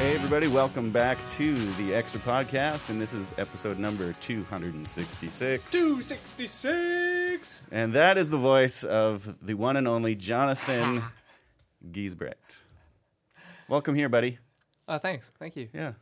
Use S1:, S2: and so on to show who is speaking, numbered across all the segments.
S1: everybody. Welcome back to the Extra Podcast, and this is episode number 266.
S2: 266.
S1: And that is the voice of the one and only Jonathan Giesbrecht. Welcome here, buddy.
S2: Oh, thanks. Thank you.
S1: Yeah.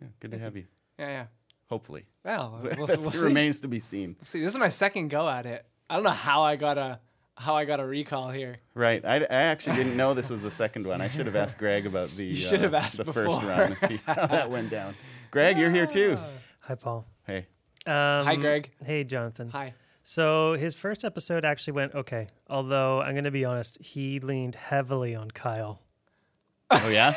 S1: Yeah. Good to have you.
S2: Yeah, yeah.
S1: Hopefully.
S2: Well, we'll,
S1: That's-
S2: we'll
S1: it
S2: see.
S1: remains to be seen.
S2: see. This is my second go at it. I don't know how I got a how I got a recall here.
S1: Right. I, I actually didn't know this was the second one. I should have asked Greg about the, uh,
S2: You should have asked
S1: the first
S2: before.
S1: round and see how that went down. Greg, you're here too.
S3: Hi, Paul.
S1: Hey.
S3: Um,
S2: Hi, Greg.
S3: Hey, Jonathan.
S2: Hi.
S3: So his first episode actually went okay. Although I'm going to be honest, he leaned heavily on Kyle.
S1: Oh, yeah?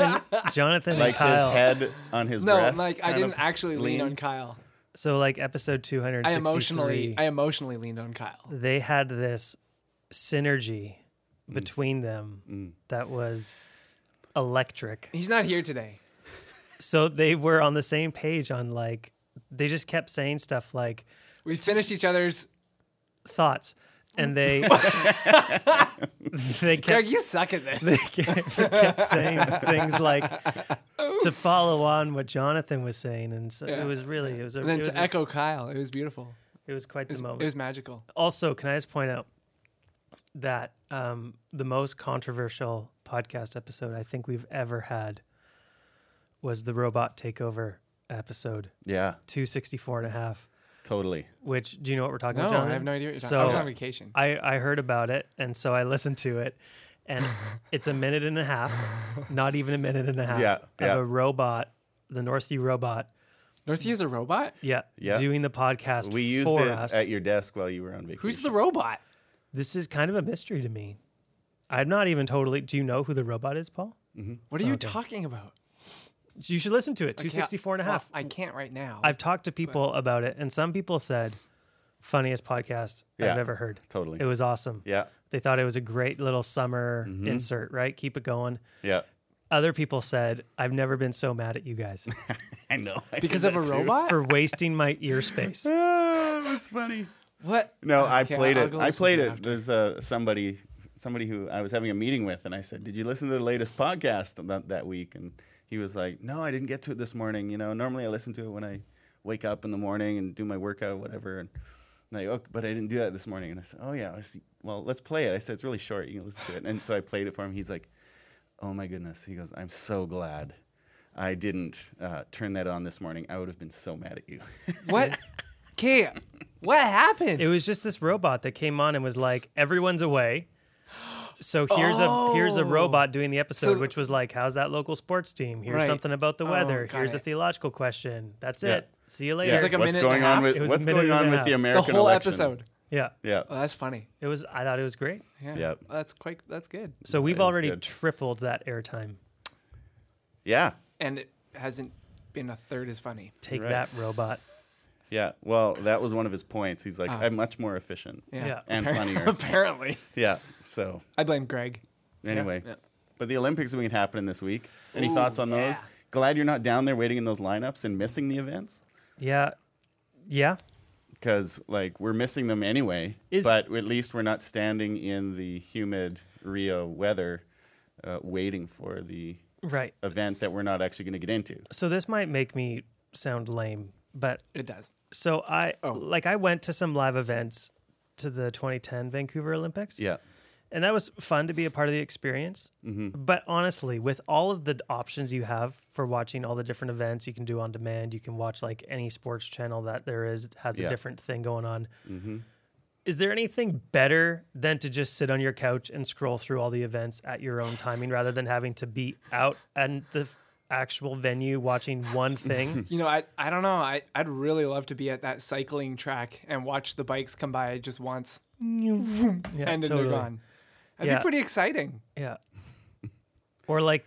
S3: and Jonathan
S1: like
S3: and Kyle.
S1: his head on his
S2: No,
S1: breast.
S2: like I
S1: kind
S2: didn't
S1: of
S2: actually lean on
S1: leaned?
S2: Kyle.
S3: So like episode 263,
S2: I emotionally I emotionally leaned on Kyle.
S3: they had this synergy
S1: Mm.
S3: between them that was electric.
S2: He's not here today.
S3: So they were on the same page on like they just kept saying stuff like
S2: We finished each other's.
S3: thoughts and they they kept
S2: Greg, you suck at
S3: they
S2: this.
S3: kept, they kept saying things like to follow on what Jonathan was saying, and so
S2: Yeah.
S3: it was really it was a,
S2: And then
S3: it, was
S2: to
S3: a-
S2: echo Kyle, it was beautiful.
S3: it was quite the moment.
S2: It was magical.
S3: also, can I just point out that um, the most controversial podcast episode I think we've ever had was the robot takeover episode
S1: Yeah,
S3: 264 and a half
S1: totally.
S3: which do you know what we're talking
S2: No,
S3: about Jonathan?
S2: I have no idea. What you're talking-
S3: so
S2: I was on vacation.
S3: I, I heard about it, and so I listened to it, and it's a minute and a half, not even a minute and a half,
S1: Yeah,
S3: of
S1: yeah.
S3: a robot, the North Sea robot,
S2: Northie is a robot.
S3: yeah,
S1: Yeah.
S3: doing the podcast
S1: We used
S3: for
S1: it
S3: us.
S1: at your desk while you were on vacation.
S2: Who's the robot?
S3: this is kind of a mystery to me. I'm not even totally. Do you know who the robot is, Paul?
S2: What are you talking about?
S3: You should listen to it.
S2: I can't-
S3: 264 and a
S2: well,
S3: half.
S2: I can't right now.
S3: I've talked to people about it, and some people said, funniest podcast
S1: Yeah,
S3: I've ever heard.
S1: totally.
S3: It was awesome.
S1: Yeah, Mm-hmm.
S3: They thought it was a great little summer insert, right? Keep it going.
S1: yeah.
S3: Other people said, I've never been so mad at you guys
S1: I know. I
S2: because
S1: did
S2: of a
S1: that too.
S2: robot?
S3: for wasting my ear space.
S1: Ah, it was funny.
S2: What?
S1: No, I
S2: Okay,
S1: played
S2: I'll
S1: it.
S2: go
S1: I
S2: listen
S1: played
S2: to
S1: it.
S2: it after.
S1: There's uh, somebody, somebody who I was having a meeting with, and I said, "Did you listen to the latest podcast that, that week?" And he was like, "No, I didn't get to it this morning. You know, normally I listen to it when I wake up in the morning and do my workout, whatever." And I'm like, oh, but I didn't do that this morning. And I said, "Oh yeah, I see. well, let's play it." I said, "It's really short. You can listen to it." And so I played it for him. He's like, "Oh my goodness." He goes, "I'm so glad." I didn't uh, turn that on this morning. I would have been so mad at you.
S2: What? Okay, what happened?
S3: It was just this robot that came on and was like, everyone's away. So here's a here's
S1: Oh.
S3: a robot doing the episode,
S2: So-
S3: which was like, how's that local sports team? Here's
S2: Right.
S3: something about the weather.
S2: got
S3: here's a
S2: it.
S3: theological question. That's
S1: Oh, Yeah.
S3: it. See you
S1: Yeah,
S3: later.
S2: like a
S1: what's
S2: minute and a
S1: going
S2: half.
S1: on with
S3: It was a
S1: what's
S3: minute
S1: going on
S3: and
S1: with
S3: a
S1: the
S3: half. The
S2: the
S1: American
S2: whole
S1: election?
S2: episode.
S3: yeah.
S1: Yeah.
S2: Oh, that's funny.
S3: It was I thought it was great.
S2: Yeah.
S1: Yep.
S2: That's quite. That's good.
S3: So we've
S1: That is
S3: already
S1: good.
S3: tripled that airtime.
S1: Yeah.
S2: And it hasn't been a third as funny.
S3: Take that robot.
S1: Yeah. Well, that was one of his points. He's like, I'm much more efficient
S2: Ah. Yeah.
S3: Yeah.
S1: and funnier.
S2: Apparently,
S1: yeah. So
S2: I blame Greg.
S1: anyway,
S2: Yeah.
S1: but the Olympics have been happening this week. Any
S2: Ooh,
S1: thoughts on those?
S2: yeah.
S1: Glad you're not down there waiting in those lineups and missing the events
S3: Yeah. Yeah.
S1: because like we're missing them anyway.
S3: Is-
S1: but at least we're not standing in the humid Rio weather, uh, waiting for the
S3: Right.
S1: event that we're not actually going to get into.
S3: So this might make me sound lame, but
S2: It does.
S3: so I
S2: Oh.
S3: like I went to some live events to the 2010 Vancouver Olympics.
S1: Yeah.
S3: And that was fun to be a part of the experience.
S1: Mm-hmm.
S3: But honestly, with all of the options you have for watching all the different events you can do on demand, you can watch like any sports channel that there is has
S1: Yeah. Mm-hmm.
S3: a different thing going on. Is there anything better than to just sit on your couch and scroll through all the events at your own timing rather than having to be out at the f- actual venue watching one thing?
S2: You know, I I don't know. I I'd really love to be at that cycling track and watch the bikes come by just once,
S3: yeah,
S2: and then they're gone. That'd
S3: Yeah.
S2: be pretty exciting.
S3: Yeah. Or like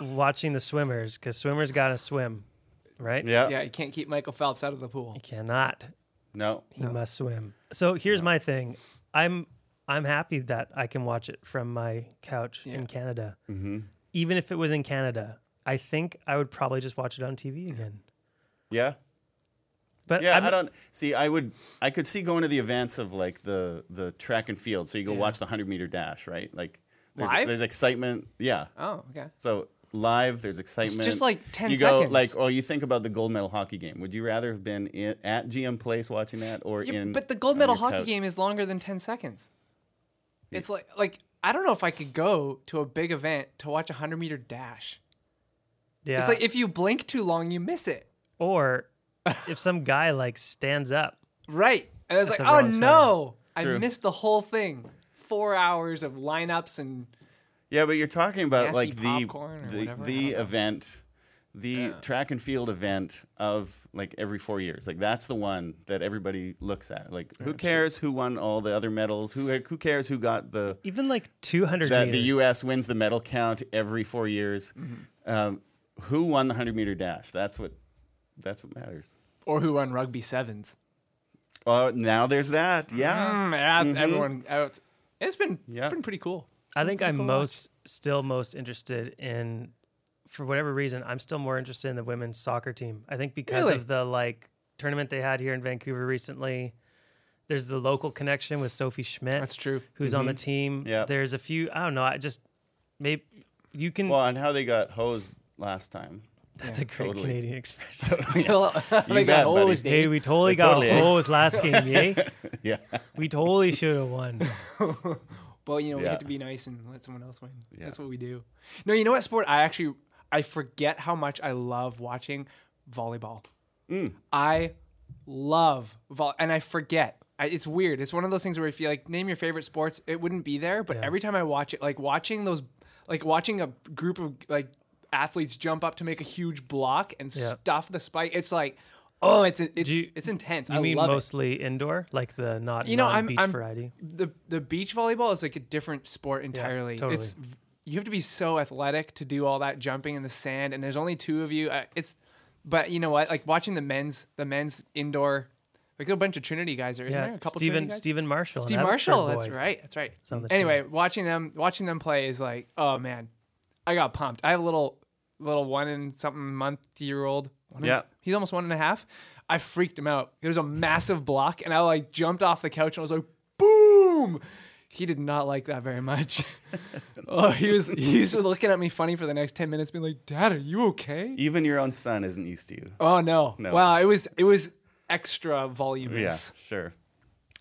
S3: watching the swimmers because swimmers got to swim, right?
S1: Yeah.
S2: Yeah, you can't keep Michael Phelps out of the pool.
S3: Cannot.
S1: No.
S3: He must swim. So here's my thing. I'm I'm happy that I can watch it from my couch in Canada. Mm-hmm. Even if it was in Canada, I think I would probably just watch it on TV again.
S1: Yeah.
S3: But
S1: Yeah,
S3: I'm,
S1: I'm, I do not see. I would. I could see going to the events of like the the track and field. So you go watch the hundred meter dash, right? Like there's,
S2: Live?
S1: there's excitement. Yeah.
S2: Oh, okay.
S1: So live. There's excitement.
S2: just like 10
S1: You go
S2: seconds.
S1: like, oh, you think about the gold medal hockey game. Would you rather have been in, at GM Place watching that or
S2: Yeah,
S1: in?
S2: but the gold
S1: on
S2: medal
S1: your
S2: hockey
S1: couch?
S2: game is longer than 10 seconds. It's like like I don't know if I could go to a big event to watch a 100 meter dash.
S3: Yeah.
S2: It's like if you blink too long, you miss it.
S3: or if some guy like stands up.
S2: Right. And it's
S3: At
S2: like,
S3: the
S2: oh
S3: wrong
S2: no, I
S1: True.
S2: missed the whole thing. Four hours of lineups and
S1: Yeah, but you're talking about
S2: Nasty
S1: like the
S2: popcorn or
S1: the,
S2: whatever, I
S1: the
S2: don't know.
S1: event, the track and field event of like every four years. Like that's the one that everybody looks at. Like
S2: Oh,
S1: who cares who won all the other medals? Who who cares who got the
S3: Even like 200
S1: that
S3: meters.
S1: the U.S. wins the medal count every four years?
S2: Mm-hmm.
S1: Um, who won the hundred meter dash? That's what that's what matters.
S2: or who run rugby sevens.
S1: Oh, now there's that. Yeah.
S2: Mm, yeah, it's- everyone out. It's been
S1: Mm-hmm. Yeah.
S2: it's been pretty cool.
S3: I think I'm most still most interested in for whatever reason, I'm still more interested in the women's soccer team. I think because
S2: Really?
S3: of the like tournament they had here in Vancouver recently. There's the local connection with Sophie Schmidt.
S2: That's true. Mm-hmm.
S3: Who's on the team.
S1: Yeah.
S3: There's a few I don't know, I just maybe you can
S1: Well, and how they got hosed last time.
S3: that's a great
S1: totally.
S3: Canadian expression.
S2: They got
S1: bet, buddy.
S2: hosed, eh?
S3: hey, we totally got
S1: Totally, eh?
S3: hosed last game, yay.
S1: Yeah.
S3: We totally should have won.
S2: Well, you know, we
S1: Yeah.
S2: have to be nice and let someone else win. That's what we do. No, you know what sport I actually I forget how much I love watching volleyball. I love vol and I forget. I, it's weird. It's one of those things where if you like name your favorite sports, it wouldn't be there, but every time I watch it, like watching those like watching a group of like athletes jump up to make a huge block and stuff the spike, it's like oh, it's it's
S3: you-
S2: it's intense.
S3: You
S2: I
S3: mean
S2: love it.
S3: mostly indoor, like the not
S2: You know, I'm-
S3: beach
S2: I'm-
S3: variety.
S2: the the beach volleyball is like a different sport entirely.
S3: totally.
S2: It's you have to be so athletic to do all that jumping in the sand, and there's only two of you. Uh, it's but you know what? Like watching the men's the men's indoor, like there are a bunch of Trinity guys there, isn't there? A couple Trinity
S3: Stephen
S2: guys?
S3: Stephen Marshall. an
S2: Steve
S3: Abbotsford
S2: Marshall. That's
S3: boy.
S2: right. That's right.
S3: on the
S2: Anyway, watching them watching them play is like, oh man, I got pumped. I have a little little one and something month year old. One and-
S1: Yeah.
S2: he's almost one and a half. I freaked him out. There was a massive block, and I like jumped off the couch and I was like, boom. He did not like that very much. oh, he was he was looking at me funny for the next ten minutes, being like, "Dad, are you okay?"
S1: Even your own son isn't used to you.
S2: Oh no!
S1: No.
S2: Wow, it was it was extra voluminous.
S1: Yeah. Sure.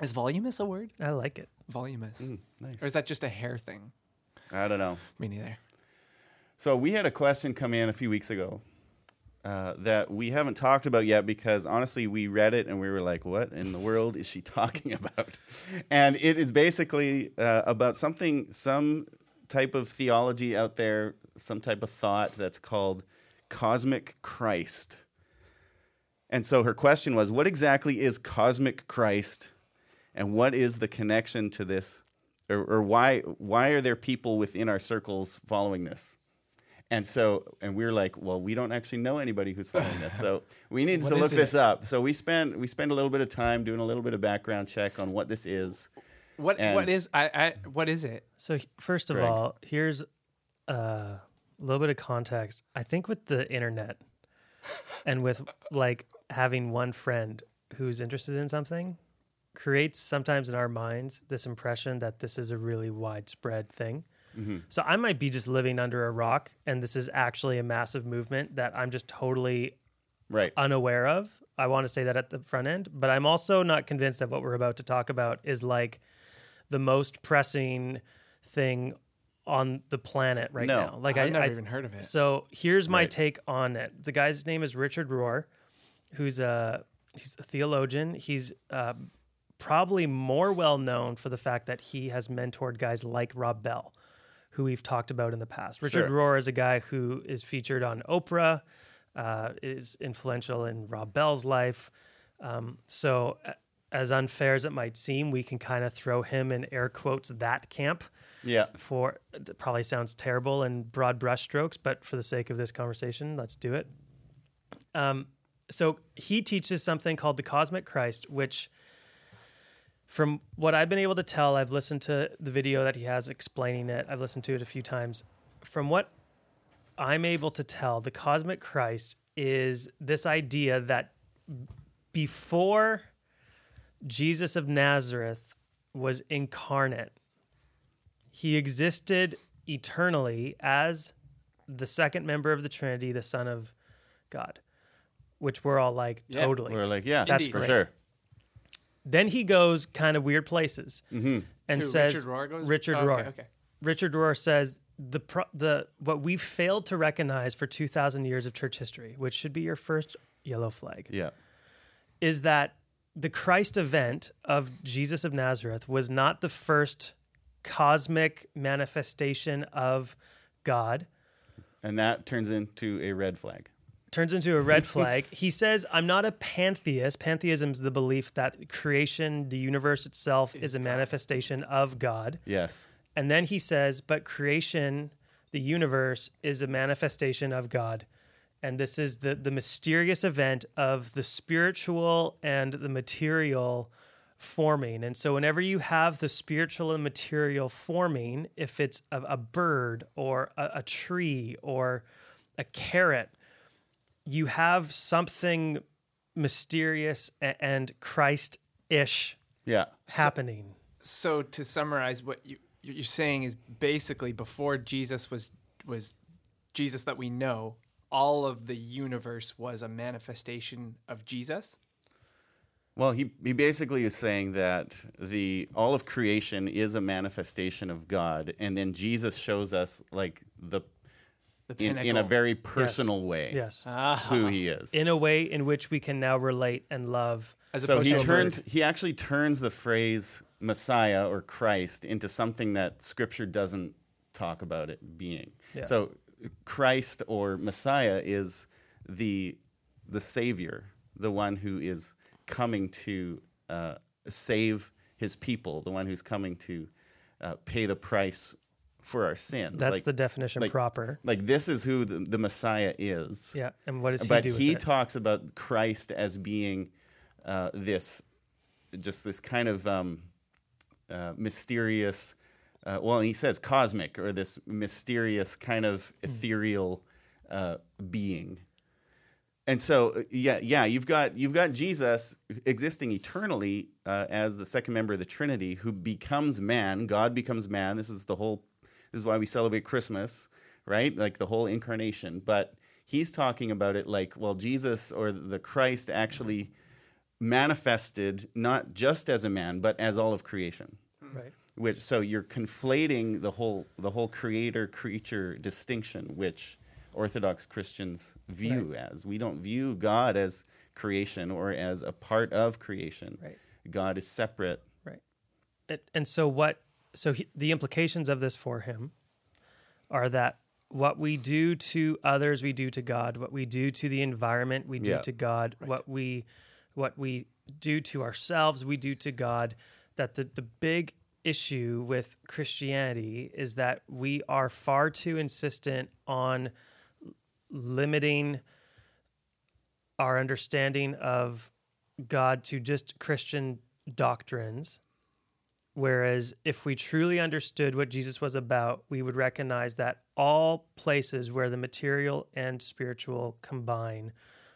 S2: Is voluminous a word?
S3: I like it.
S2: Voluminous.
S1: Mm, Nice.
S2: Or is that just a hair thing?
S1: I don't know.
S2: Me neither.
S1: So we had a question come in a few weeks ago uh, that we haven't talked about yet because honestly, we read it and we were like, "What in the world is she talking about?" And it is basically uh, about something, some type of theology out there, some type of thought that's called cosmic Christ. And so her question was, "What exactly is cosmic Christ, and what is the connection to this?" Or, or why why are there people within our circles following this? And so, and we were like, well, we don't actually know anybody who's following this, so we need to
S2: is
S1: look
S2: it?
S1: this up. So we spend we spend a little bit of time doing a little bit of background check on what this is.
S2: What what
S1: And-
S2: is I, I what is it?
S3: So h- first of
S1: Greg.
S3: all, here's uh, a little bit of context. I think with the internet and with like having one friend who's interested in something creates sometimes in our minds this impression that this is a really widespread thing. So I might be just living under a rock and this is actually a massive movement that I'm just totally
S1: Right.
S2: Uh,
S3: unaware of. I want to say that at the front end, but I'm also not convinced that what we're about to talk about is like the most pressing thing on the planet right
S1: No,
S3: now. Like
S2: I've never even heard of it.
S3: So here's my
S1: Right.
S3: take on it. The guy's name is Richard Rohr, who's a he's a theologian. He's uh, probably more well known for the fact that he has mentored guys like Rob Bell, who we've talked about in the past. Richard
S1: Sure.
S3: Rohr is a guy who is featured on Oprah, uh, is influential in Rob Bell's life. Um, so, a- as unfair as it might seem, we can kind of throw him in air quotes that camp
S1: Yeah.
S3: for it probably sounds terrible and broad brushstrokes, but for the sake of this conversation, let's do it. Um, so he teaches something called the Cosmic Christ, which, from what I've been able to tell, I've listened to the video that he has explaining it. I've listened to it a few times. From what I'm able to tell, the Cosmic Christ is this idea that before Jesus of Nazareth was incarnate, he existed eternally as the second member of the Trinity, the Son of God, which we're all like,
S2: Yeah.
S3: totally.
S1: We're like, yeah,
S3: That's
S1: for
S3: great.
S1: sure.
S3: then he goes kind of weird places and
S2: Who,
S3: says,
S2: Richard Rohr goes?
S3: Richard
S2: Oh, okay,
S3: Rohr.
S2: okay.
S3: Richard Rohr says the pro- the what we've failed to recognize for two thousand years of church history, which should be your first yellow flag,
S1: Yeah.
S3: is that the Christ event of Jesus of Nazareth was not the first cosmic manifestation of God.
S1: And that turns into a red flag.
S3: turns into a red flag. he says, "I'm not a pantheist. Pantheism is the belief that creation, the universe itself, is, a manifestation of God."
S1: Yes.
S3: And then he says, "But creation, the universe, is a manifestation of God." And this is the the mysterious event of the spiritual and the material forming. And so whenever you have the spiritual and material forming, if it's a, a bird or a, a tree or a carrot, you have something mysterious a- and Christ-ish
S1: Yeah.
S3: happening.
S2: So to summarize, what you you're saying is basically before Jesus was was Jesus that we know, all of the universe was a manifestation of Jesus.
S1: Well, he, he basically is saying that the all of creation is a manifestation of God, and then Jesus shows us like the
S2: The
S1: in,
S2: pinnacle.
S1: in a very personal way
S3: Yes.
S1: who he is.
S3: in a way in which we can now relate and love.
S2: as
S1: so
S2: opposed
S1: he
S2: to a
S1: turns
S2: bird.
S1: he actually turns the phrase Messiah or Christ into something that Scripture doesn't talk about it being. So Christ or Messiah is the the Savior, the one who is coming to uh, save His people, the one who's coming to uh, pay the price for our sins.
S3: That's
S1: like,
S3: the definition
S1: like-
S3: proper.
S1: like this is who the, the Messiah is
S3: Yeah. And what does he
S1: but
S3: do with
S1: he
S3: it?
S1: talks about Christ as being uh, this, just this kind of um, uh, mysterious. Uh, well, he says cosmic or this mysterious kind of
S3: Hmm.
S1: ethereal uh, being. And so, uh, yeah, yeah, you've got you've got Jesus existing eternally uh, as the second member of the Trinity, who becomes man. God becomes man. This is the whole. This is why we celebrate Christmas, right? Like the whole incarnation. But he's talking about it like, well, Jesus or the Christ actually manifested not just as a man, but as all of creation
S3: right.
S1: which so you're conflating the whole the whole creator creature distinction which orthodox christians view as we don't view god as creation or as a part of creation
S3: Right.
S1: god is separate
S3: Right. And, and so what? So he, the implications of this for him are that what we do to others, we do to God. What we do to the environment, we do
S1: Yeah.
S3: to God. What we what we do to ourselves, we do to God. That the the big issue with Christianity is that we are far too insistent on limiting our understanding of God to just Christian doctrines. Whereas if we truly understood what Jesus was about, we would recognize that all places where the material and spiritual combine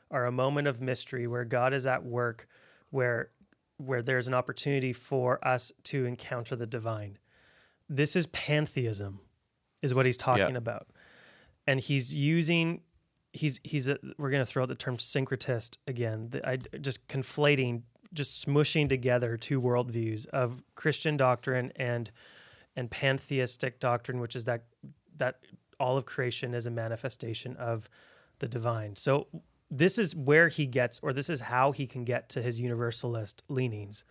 S3: are a moment of mystery where God is at work, where where there's an opportunity for us to encounter the divine. This is pantheism, is what he's talking about. And he's using he's he's a, we're going to throw out the term syncretist again the, I, just conflating just smushing together two worldviews of christian doctrine and and pantheistic doctrine which is that that all of creation is a manifestation of the divine so this is where he gets or this is how he can get to his universalist leanings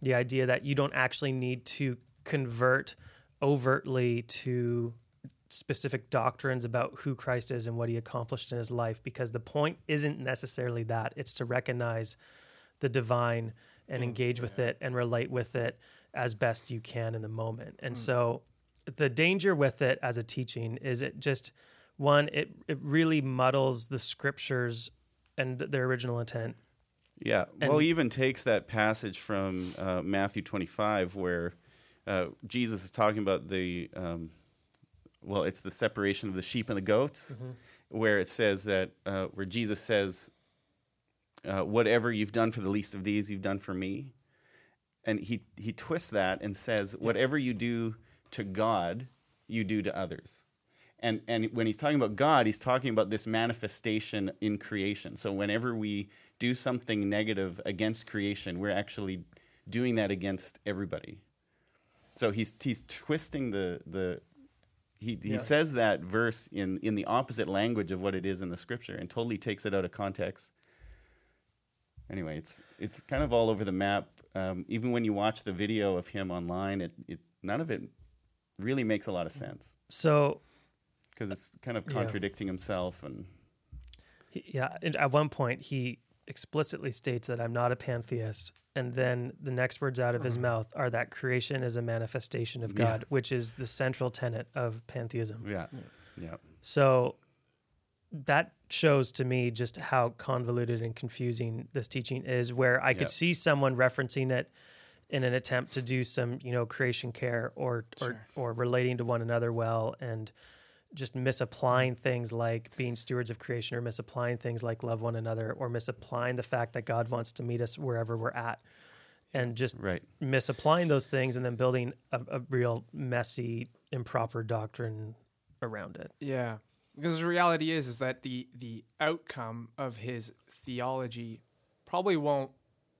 S3: the idea that you don't actually need to convert overtly to specific doctrines about who Christ is and what he accomplished in his life because the point isn't necessarily that it's to recognize the divine and engage with it and relate with it as best you can in the moment. And so the danger with it as a teaching is it just one it it really muddles the scriptures and th- their original intent.
S1: Yeah. well, he even takes that passage from uh, Matthew 25 where uh, Jesus is talking about the, um, well, it's the separation of the sheep and the goats, where it says that, uh, where Jesus says, uh, whatever you've done for the least of these, you've done for me. And he, he twists that and says, whatever you do to God, you do to others. and and when he's talking about God, he's talking about this manifestation in creation. So whenever we do something negative against creation, we're actually doing that against everybody. So he's he's twisting the the he, he
S3: Yeah.
S1: says that verse in, in the opposite language of what it is in the scripture and totally takes it out of context. Anyway, it's it's kind of all over the map. Um, even when you watch the video of him online, it, it none of it really makes a lot of sense
S3: So
S1: because it's kind of
S3: Yeah.
S1: contradicting himself and
S3: He- Yeah, and at one point he explicitly states that I'm not a pantheist, and then the next words out of his mouth are that creation is a manifestation of God, which is the central tenet of pantheism.
S1: yeah, yeah.
S3: So that shows to me just how convoluted and confusing this teaching is where I could
S1: Yeah.
S3: see someone referencing it in an attempt to do some, you know, creation care or or, or relating to one another well and just misapplying things like being stewards of creation or misapplying things like love one another or misapplying the fact that God wants to meet us wherever we're at and just
S1: Right.
S3: misapplying those things and then building a, a real messy improper doctrine around it.
S2: Yeah, because the reality is is that the the outcome of his theology probably won't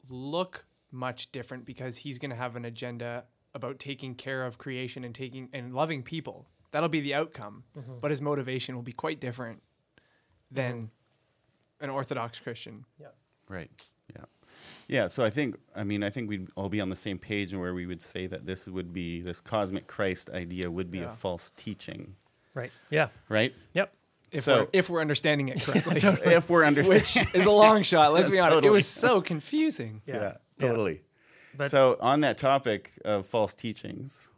S2: look much different because he's going to have an agenda about taking care of creation and taking and loving people. That'll be the outcome, but his motivation will be quite different than an Orthodox Christian.
S1: Right. Yeah. Yeah. So I think, I mean, I think we'd all be on the same page and where we would say that this would be, this cosmic Christ idea would be a
S2: Yeah.
S1: false teaching,
S3: Right. Yeah.
S1: right?
S3: Yep.
S2: If,
S1: So-
S2: we're, if we're understanding it correctly,
S1: If we're
S2: which
S1: understanding.
S2: is a long shot. Let's be honest; it
S1: Totally.
S2: was so confusing.
S1: yeah, totally.
S3: But-
S1: so on that topic of false teachings,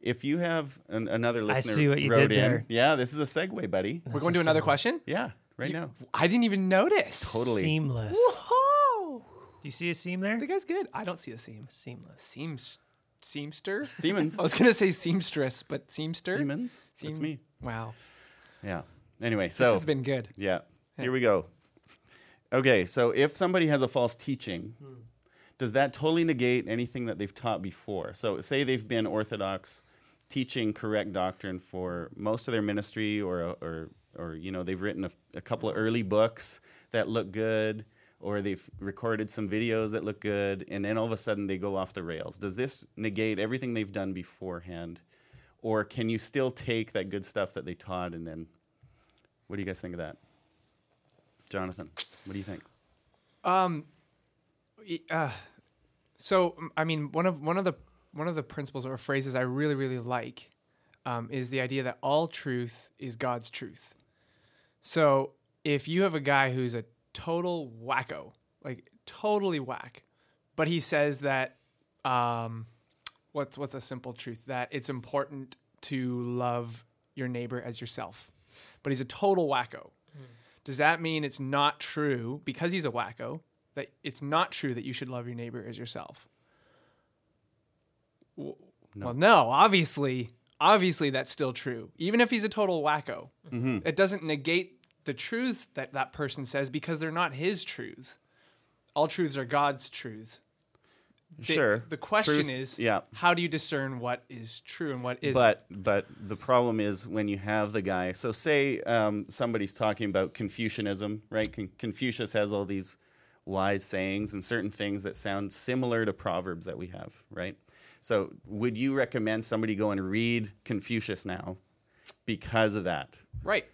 S1: if you have an, another listener
S3: see what you
S1: wrote
S3: did
S1: in,
S3: there.
S1: yeah, this is a segue, buddy.
S2: We're going to another question.
S1: Yeah, right now.
S2: I didn't even notice.
S1: Totally.
S3: Seamless.
S2: Oh.
S3: Do you see a seam there?
S2: The guy's good. I don't see a seam.
S3: Seamless.
S2: Seams, seamster.
S1: Siemens.
S2: I was gonna say seamstress, but seamster.
S1: Siemens. It's
S2: Seam-
S1: me.
S2: Wow,
S1: Yeah. Anyway, so.
S2: this has been good.
S1: Yeah. Here we go. Okay, so if somebody has a false teaching, does that totally negate anything that they've taught before? So say they've been orthodox teaching correct doctrine for most of their ministry or or or you know, they've written a, a couple of early books that look good or they've recorded some videos that look good and then all of a sudden they go off the rails. Does this negate everything they've done beforehand? Or can you still take that good stuff that they taught and then what do you guys think of that? Jonathan, what do you think?
S2: E- uh, so m- I mean, one of one of the one of the principles or phrases I really really like um, is the idea that all truth is God's truth. So if you have a guy who's a total wacko, like totally whack, but he says that um, what's what's a simple truth that it's important to love your neighbor as yourself, but he's a total wacko. Does that mean it's not true because he's a wacko that it's not true that you should love your neighbor as yourself? W- Well, no, obviously, obviously that's still true. Even if he's a total wacko, it doesn't negate the truths that that person says because they're not his truths. All truths are God's truths. The- The question
S1: Truth-
S2: is,
S1: yeah.
S2: how do you discern what is true and what isn't?
S1: But but the problem is when you have the guy. So say um, somebody's talking about Confucianism, right? Con- Confucius has all these wise sayings and certain things that sound similar to proverbs that we have, right? So would you recommend somebody go and read Confucius now because of that?
S2: right.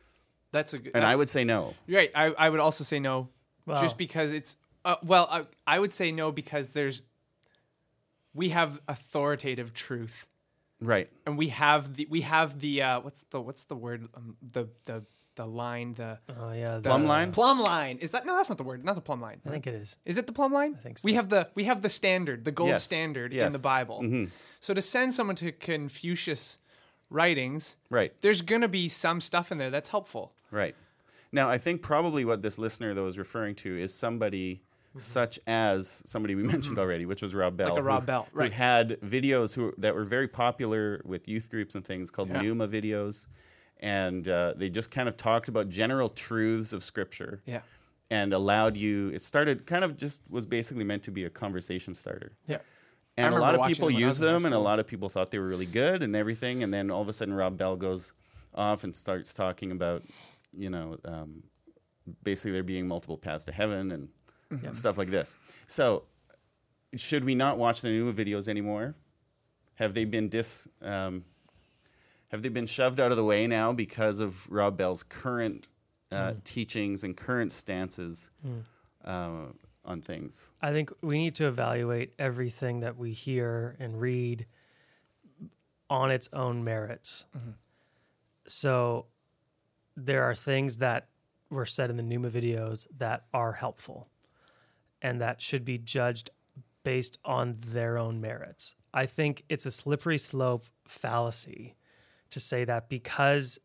S2: That's a good.
S1: And
S2: that's-
S1: I would say no.
S2: Right. I, I would also say no,
S3: Wow.
S2: just because it's. Uh, well, I, I would say no because there's. We have authoritative truth,
S1: Right.
S2: and we have the we have the uh, what's the what's the word um, the the the line the
S3: Oh yeah.
S1: Plumb
S2: Uh,
S3: the-
S1: line?
S2: plumb line is that no that's not the word not the plumb line
S3: I think it is.
S2: is it the plumb line? I
S3: think so.
S2: We have the we have the standard, the gold
S1: Yes,
S2: standard in
S1: yes.
S2: the Bible. So to send someone to Confucius writings,
S1: Right.
S2: there's gonna be some stuff in there that's helpful.
S1: Right. Now, I think probably what this listener though is referring to is somebody such as somebody we mentioned already, which was Rob Bell.
S2: Mm-hmm. a Rob
S1: who,
S2: Bell, right.
S1: Who had videos who, that were very popular with youth groups and things called
S2: Yeah.
S1: Pneuma videos. And uh, they just kind of talked about general truths of scripture
S2: Yeah.
S1: and allowed you, it started kind of just was basically meant to be a conversation starter.
S2: Yeah.
S1: And a
S2: remember
S1: lot of
S2: watching
S1: people
S2: them when I
S1: use
S2: was in high
S1: them, and a lot of people thought they were really good and everything. And then all of a sudden, Rob Bell goes, off and starts talking about, you know, um, basically there being multiple paths to heaven and stuff like this. So, should we not watch the new videos anymore? Have they been dis? Um, have they been shoved out of the way now because of Rob Bell's current uh,
S2: Mm.
S1: teachings and current stances uh, on things?
S3: I think we need to evaluate everything that we hear and read on its own merits. So there are things that were said in the Numa videos that are helpful and that should be judged based on their own merits. I think it's a slippery slope fallacy to say that because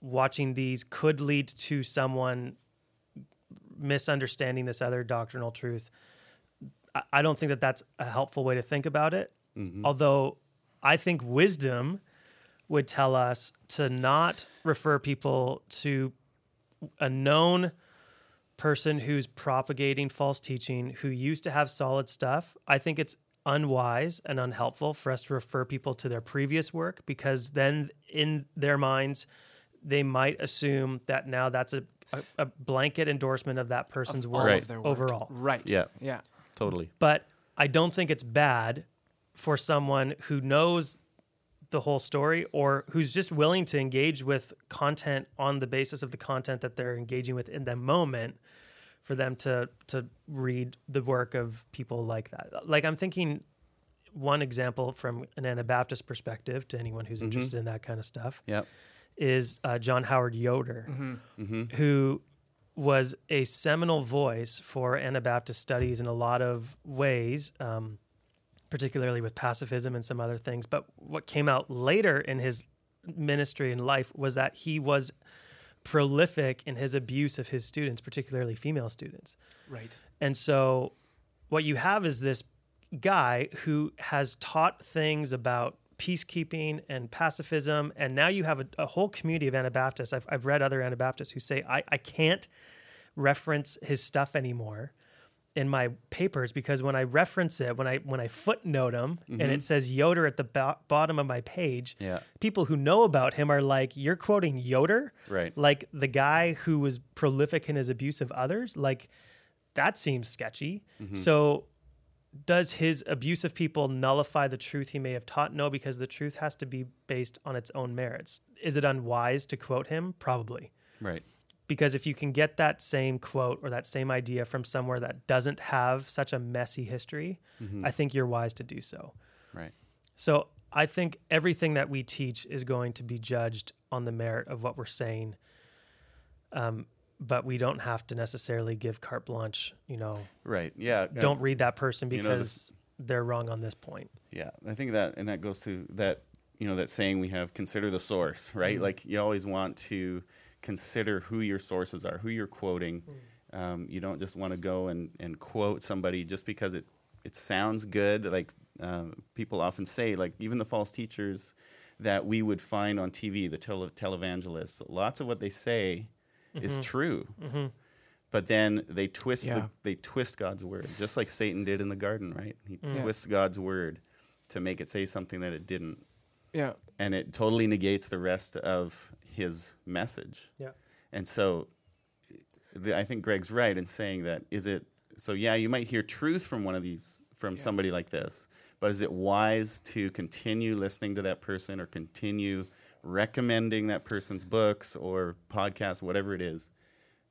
S3: watching these could lead to someone misunderstanding this other doctrinal truth. I- I don't think that that's a helpful way to think about it. Although I think wisdom would tell us to not refer people to a known person who's propagating false teaching who used to have solid stuff. I think it's unwise and unhelpful for us to refer people to their previous work because then in their minds they might assume that now that's a, a, a blanket endorsement of that person's
S2: all
S3: work
S2: of their work.
S3: overall
S2: Right.
S1: Yeah.
S2: Yeah.
S1: Totally.
S3: but I don't think it's bad for someone who knows the whole story or who's just willing to engage with content on the basis of the content that they're engaging with in the moment for them to to read the work of people like that. Like I'm thinking one example from an Anabaptist perspective to anyone who's interested in that kind of stuff
S1: Yeah.
S3: is uh, John Howard Yoder, who was a seminal voice for Anabaptist studies in a lot of ways, um, particularly with pacifism and some other things. But what came out later in his ministry and life was that he was prolific in his abuse of his students, particularly female students.
S2: Right.
S3: And so what you have is this guy who has taught things about peacekeeping and pacifism. And now you have a, a whole community of Anabaptists. I've, I've read other Anabaptists who say, I, I can't reference his stuff anymore in my papers because when I reference it, when I when I footnote him and it says Yoder at the bo- bottom of my page,
S1: Yeah.
S3: people who know about him are like, you're quoting Yoder?
S1: Right.
S3: Like the guy who was prolific in his abuse of others? Like that seems sketchy. So does his abuse of people nullify the truth he may have taught? No, because the truth has to be based on its own merits. Is it unwise to quote him? Probably
S1: Right.
S3: because if you can get that same quote or that same idea from somewhere that doesn't have such a messy history, I think you're wise to do so.
S1: Right.
S3: So I think everything that we teach is going to be judged on the merit of what we're saying. Um, but we don't have to necessarily give carte blanche, you know,
S1: Right. Yeah. uh, yeah.
S3: don't read that person
S1: know,
S3: because
S1: this-
S3: they're wrong on this point.
S1: Yeah, I think that, and that goes to that, you know, that saying we have: consider the source, right? Like you always want to consider who your sources are, who you're quoting. Um, you don't just want to go and, and quote somebody just because it it sounds good. Like um people often say, like even the false teachers that we would find on TV, the tele- televangelists, lots of what they say is true. But then they twist
S2: Yeah.
S1: the, they twist God's word, just like Satan did in the garden, right? He
S2: Mm. Yeah.
S1: twists God's word to make it say something that it didn't,
S2: Yeah.
S1: and it totally negates the rest of his message.
S3: Yeah.
S1: And so, the, I think Greg's right in saying that. Is it so? Yeah, you might hear truth from one of these from somebody like this, but is it wise to continue listening to that person or continue recommending that person's books or podcasts, whatever it is?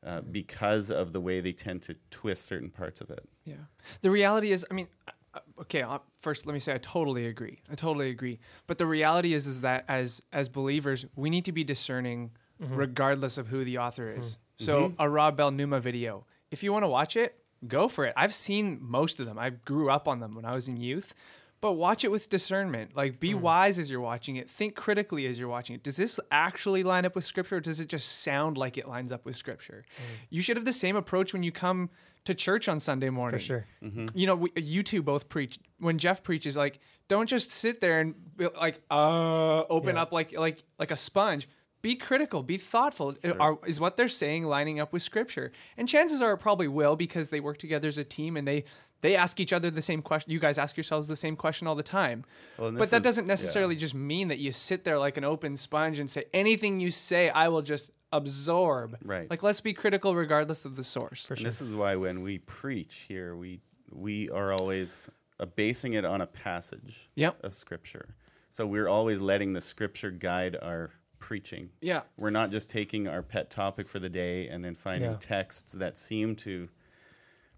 S1: Uh, because of the way they tend to twist certain parts of it.
S2: Yeah. The reality is, I mean, uh, okay. uh, First, let me say I totally agree. I totally agree. But the reality is, is that as as believers, we need to be discerning, regardless of who the author is. So a Rob Bell Numa video, if you want to watch it, go for it. I've seen most of them. I grew up on them when I was in youth. But watch it with discernment. Like, be wise as you're watching it. Think critically as you're watching it. Does this actually line up with Scripture, or does it just sound like it lines up with Scripture? You should have the same approach when you come to church on Sunday morning.
S3: sure.
S1: Mm-hmm.
S2: You know, we, you two both preach. When Jeff preaches, like, don't just sit there and be like, uh, open
S3: Yeah.
S2: up like like like a sponge. Be critical, be thoughtful. Are, is what they're saying lining up with scripture? And chances are it probably will because they work together as a team and they they ask each other the same question. You guys ask yourselves the same question all the time.
S1: Well, and
S2: but
S1: this
S2: that
S1: is-
S2: doesn't
S1: yeah.
S2: necessarily just mean that you sit there like an open sponge and say anything you say, I will just absorb.
S1: Right.
S2: Like let's be critical regardless of the source.
S1: And this is why when we preach here, we we are always uh, basing it on a passage
S2: Yep.
S1: of scripture. So we're always letting the scripture guide our preaching.
S2: Yeah.
S1: We're not just taking our pet topic for the day and then finding
S3: Yeah.
S1: texts that seem to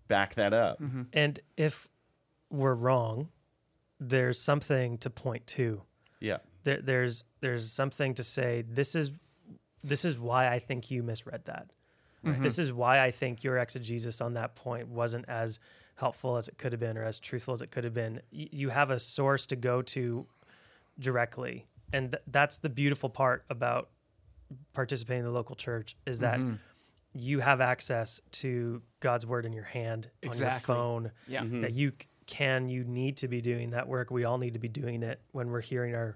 S1: back that up.
S3: And if we're wrong, there's something to point to.
S1: Yeah.
S3: There, there's there's something to say. This is this is why I think you misread that.
S2: Mm-hmm.
S3: This is why I think your exegesis on that point wasn't as helpful as it could have been, or as truthful as it could have been. Y- you have a source to go to directly, and th- that's the beautiful part about participating in the local church is that.
S2: Mm-hmm.
S3: You have access to God's word in your hand,
S2: Exactly.
S3: on your phone,
S2: Yeah.
S3: that you c- can you need to be doing that work we all need to be doing it when we're hearing our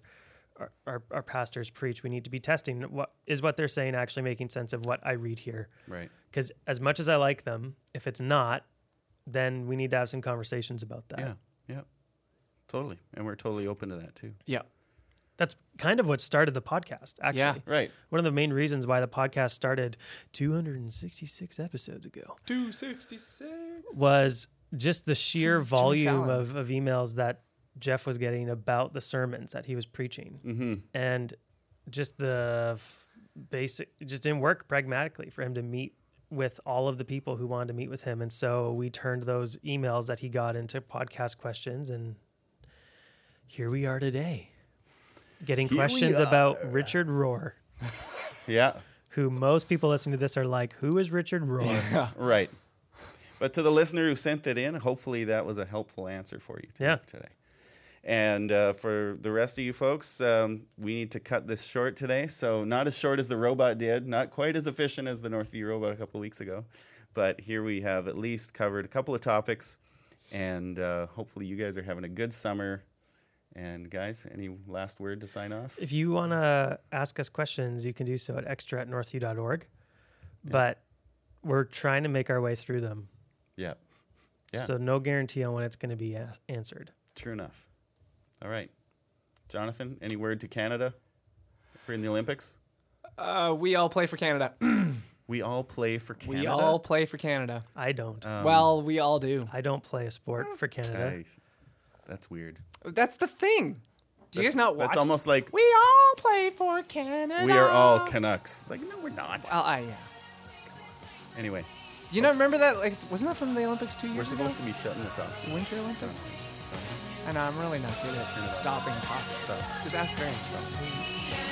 S3: our, our, our pastors preach we need to be testing what is what they're saying actually making sense of what i read here
S1: Right.
S3: because as much as i like them if it's not then we need to have some conversations about that
S1: Yeah. Yeah. Totally. And we're totally open to that too.
S2: Yeah.
S3: that's kind of what started the podcast actually
S2: Yeah.
S1: Right.
S3: one of the main reasons why the podcast started 266 episodes ago
S2: 266.
S3: was just the sheer
S2: Jimmy
S3: volume
S2: Fallon.
S3: of, of emails that Jeff was getting about the sermons that he was preaching.
S1: Mm-hmm.
S3: And just the f- basic, it just didn't work pragmatically for him to meet with all of the people who wanted to meet with him. And so we turned those emails that he got into podcast questions. And here we are today getting
S1: Here we
S3: questions about Richard Rohr,
S1: Yeah.
S3: who most people listening to this are like, who is Richard Rohr?
S1: Right. But to the listener who sent that in, hopefully that was a helpful answer for you to-
S3: Yeah.
S1: today. And uh, for the rest of you folks, um, we need to cut this short today. So not as short as the robot did, not quite as efficient as the Northview robot a couple of weeks ago, but here we have at least covered a couple of topics, and uh, hopefully you guys are having a good summer. And guys, any last word to sign off?
S3: If you want to ask us questions, you can do so at extra at northview.org. But we're trying to make our way through them.
S1: Yeah, Yeah.
S3: So no guarantee on when it's going to be as- answered.
S1: true enough. All right, Jonathan, any word to Canada for in the Olympics?
S2: Uh, we all play for Canada.
S1: We all play for Canada.
S2: We all play for Canada.
S3: I don't.
S1: Um,
S2: well, we all do.
S3: I don't play a sport for Canada.
S1: Hey, that's weird.
S2: That's the thing. Do you guys not watch?
S1: That's almost like
S2: We all play for Canada.
S1: we are all Canucks. It's like no, we're not.
S2: Oh, uh, yeah.
S1: Anyway,
S2: Do you not remember that? Like, wasn't that from the Olympics two years
S1: we're
S2: ago?
S1: supposed to be shutting this off.
S2: The Winter Olympics. And I'm really not good at stopping talking.
S1: Stop.
S2: Just ask Grant.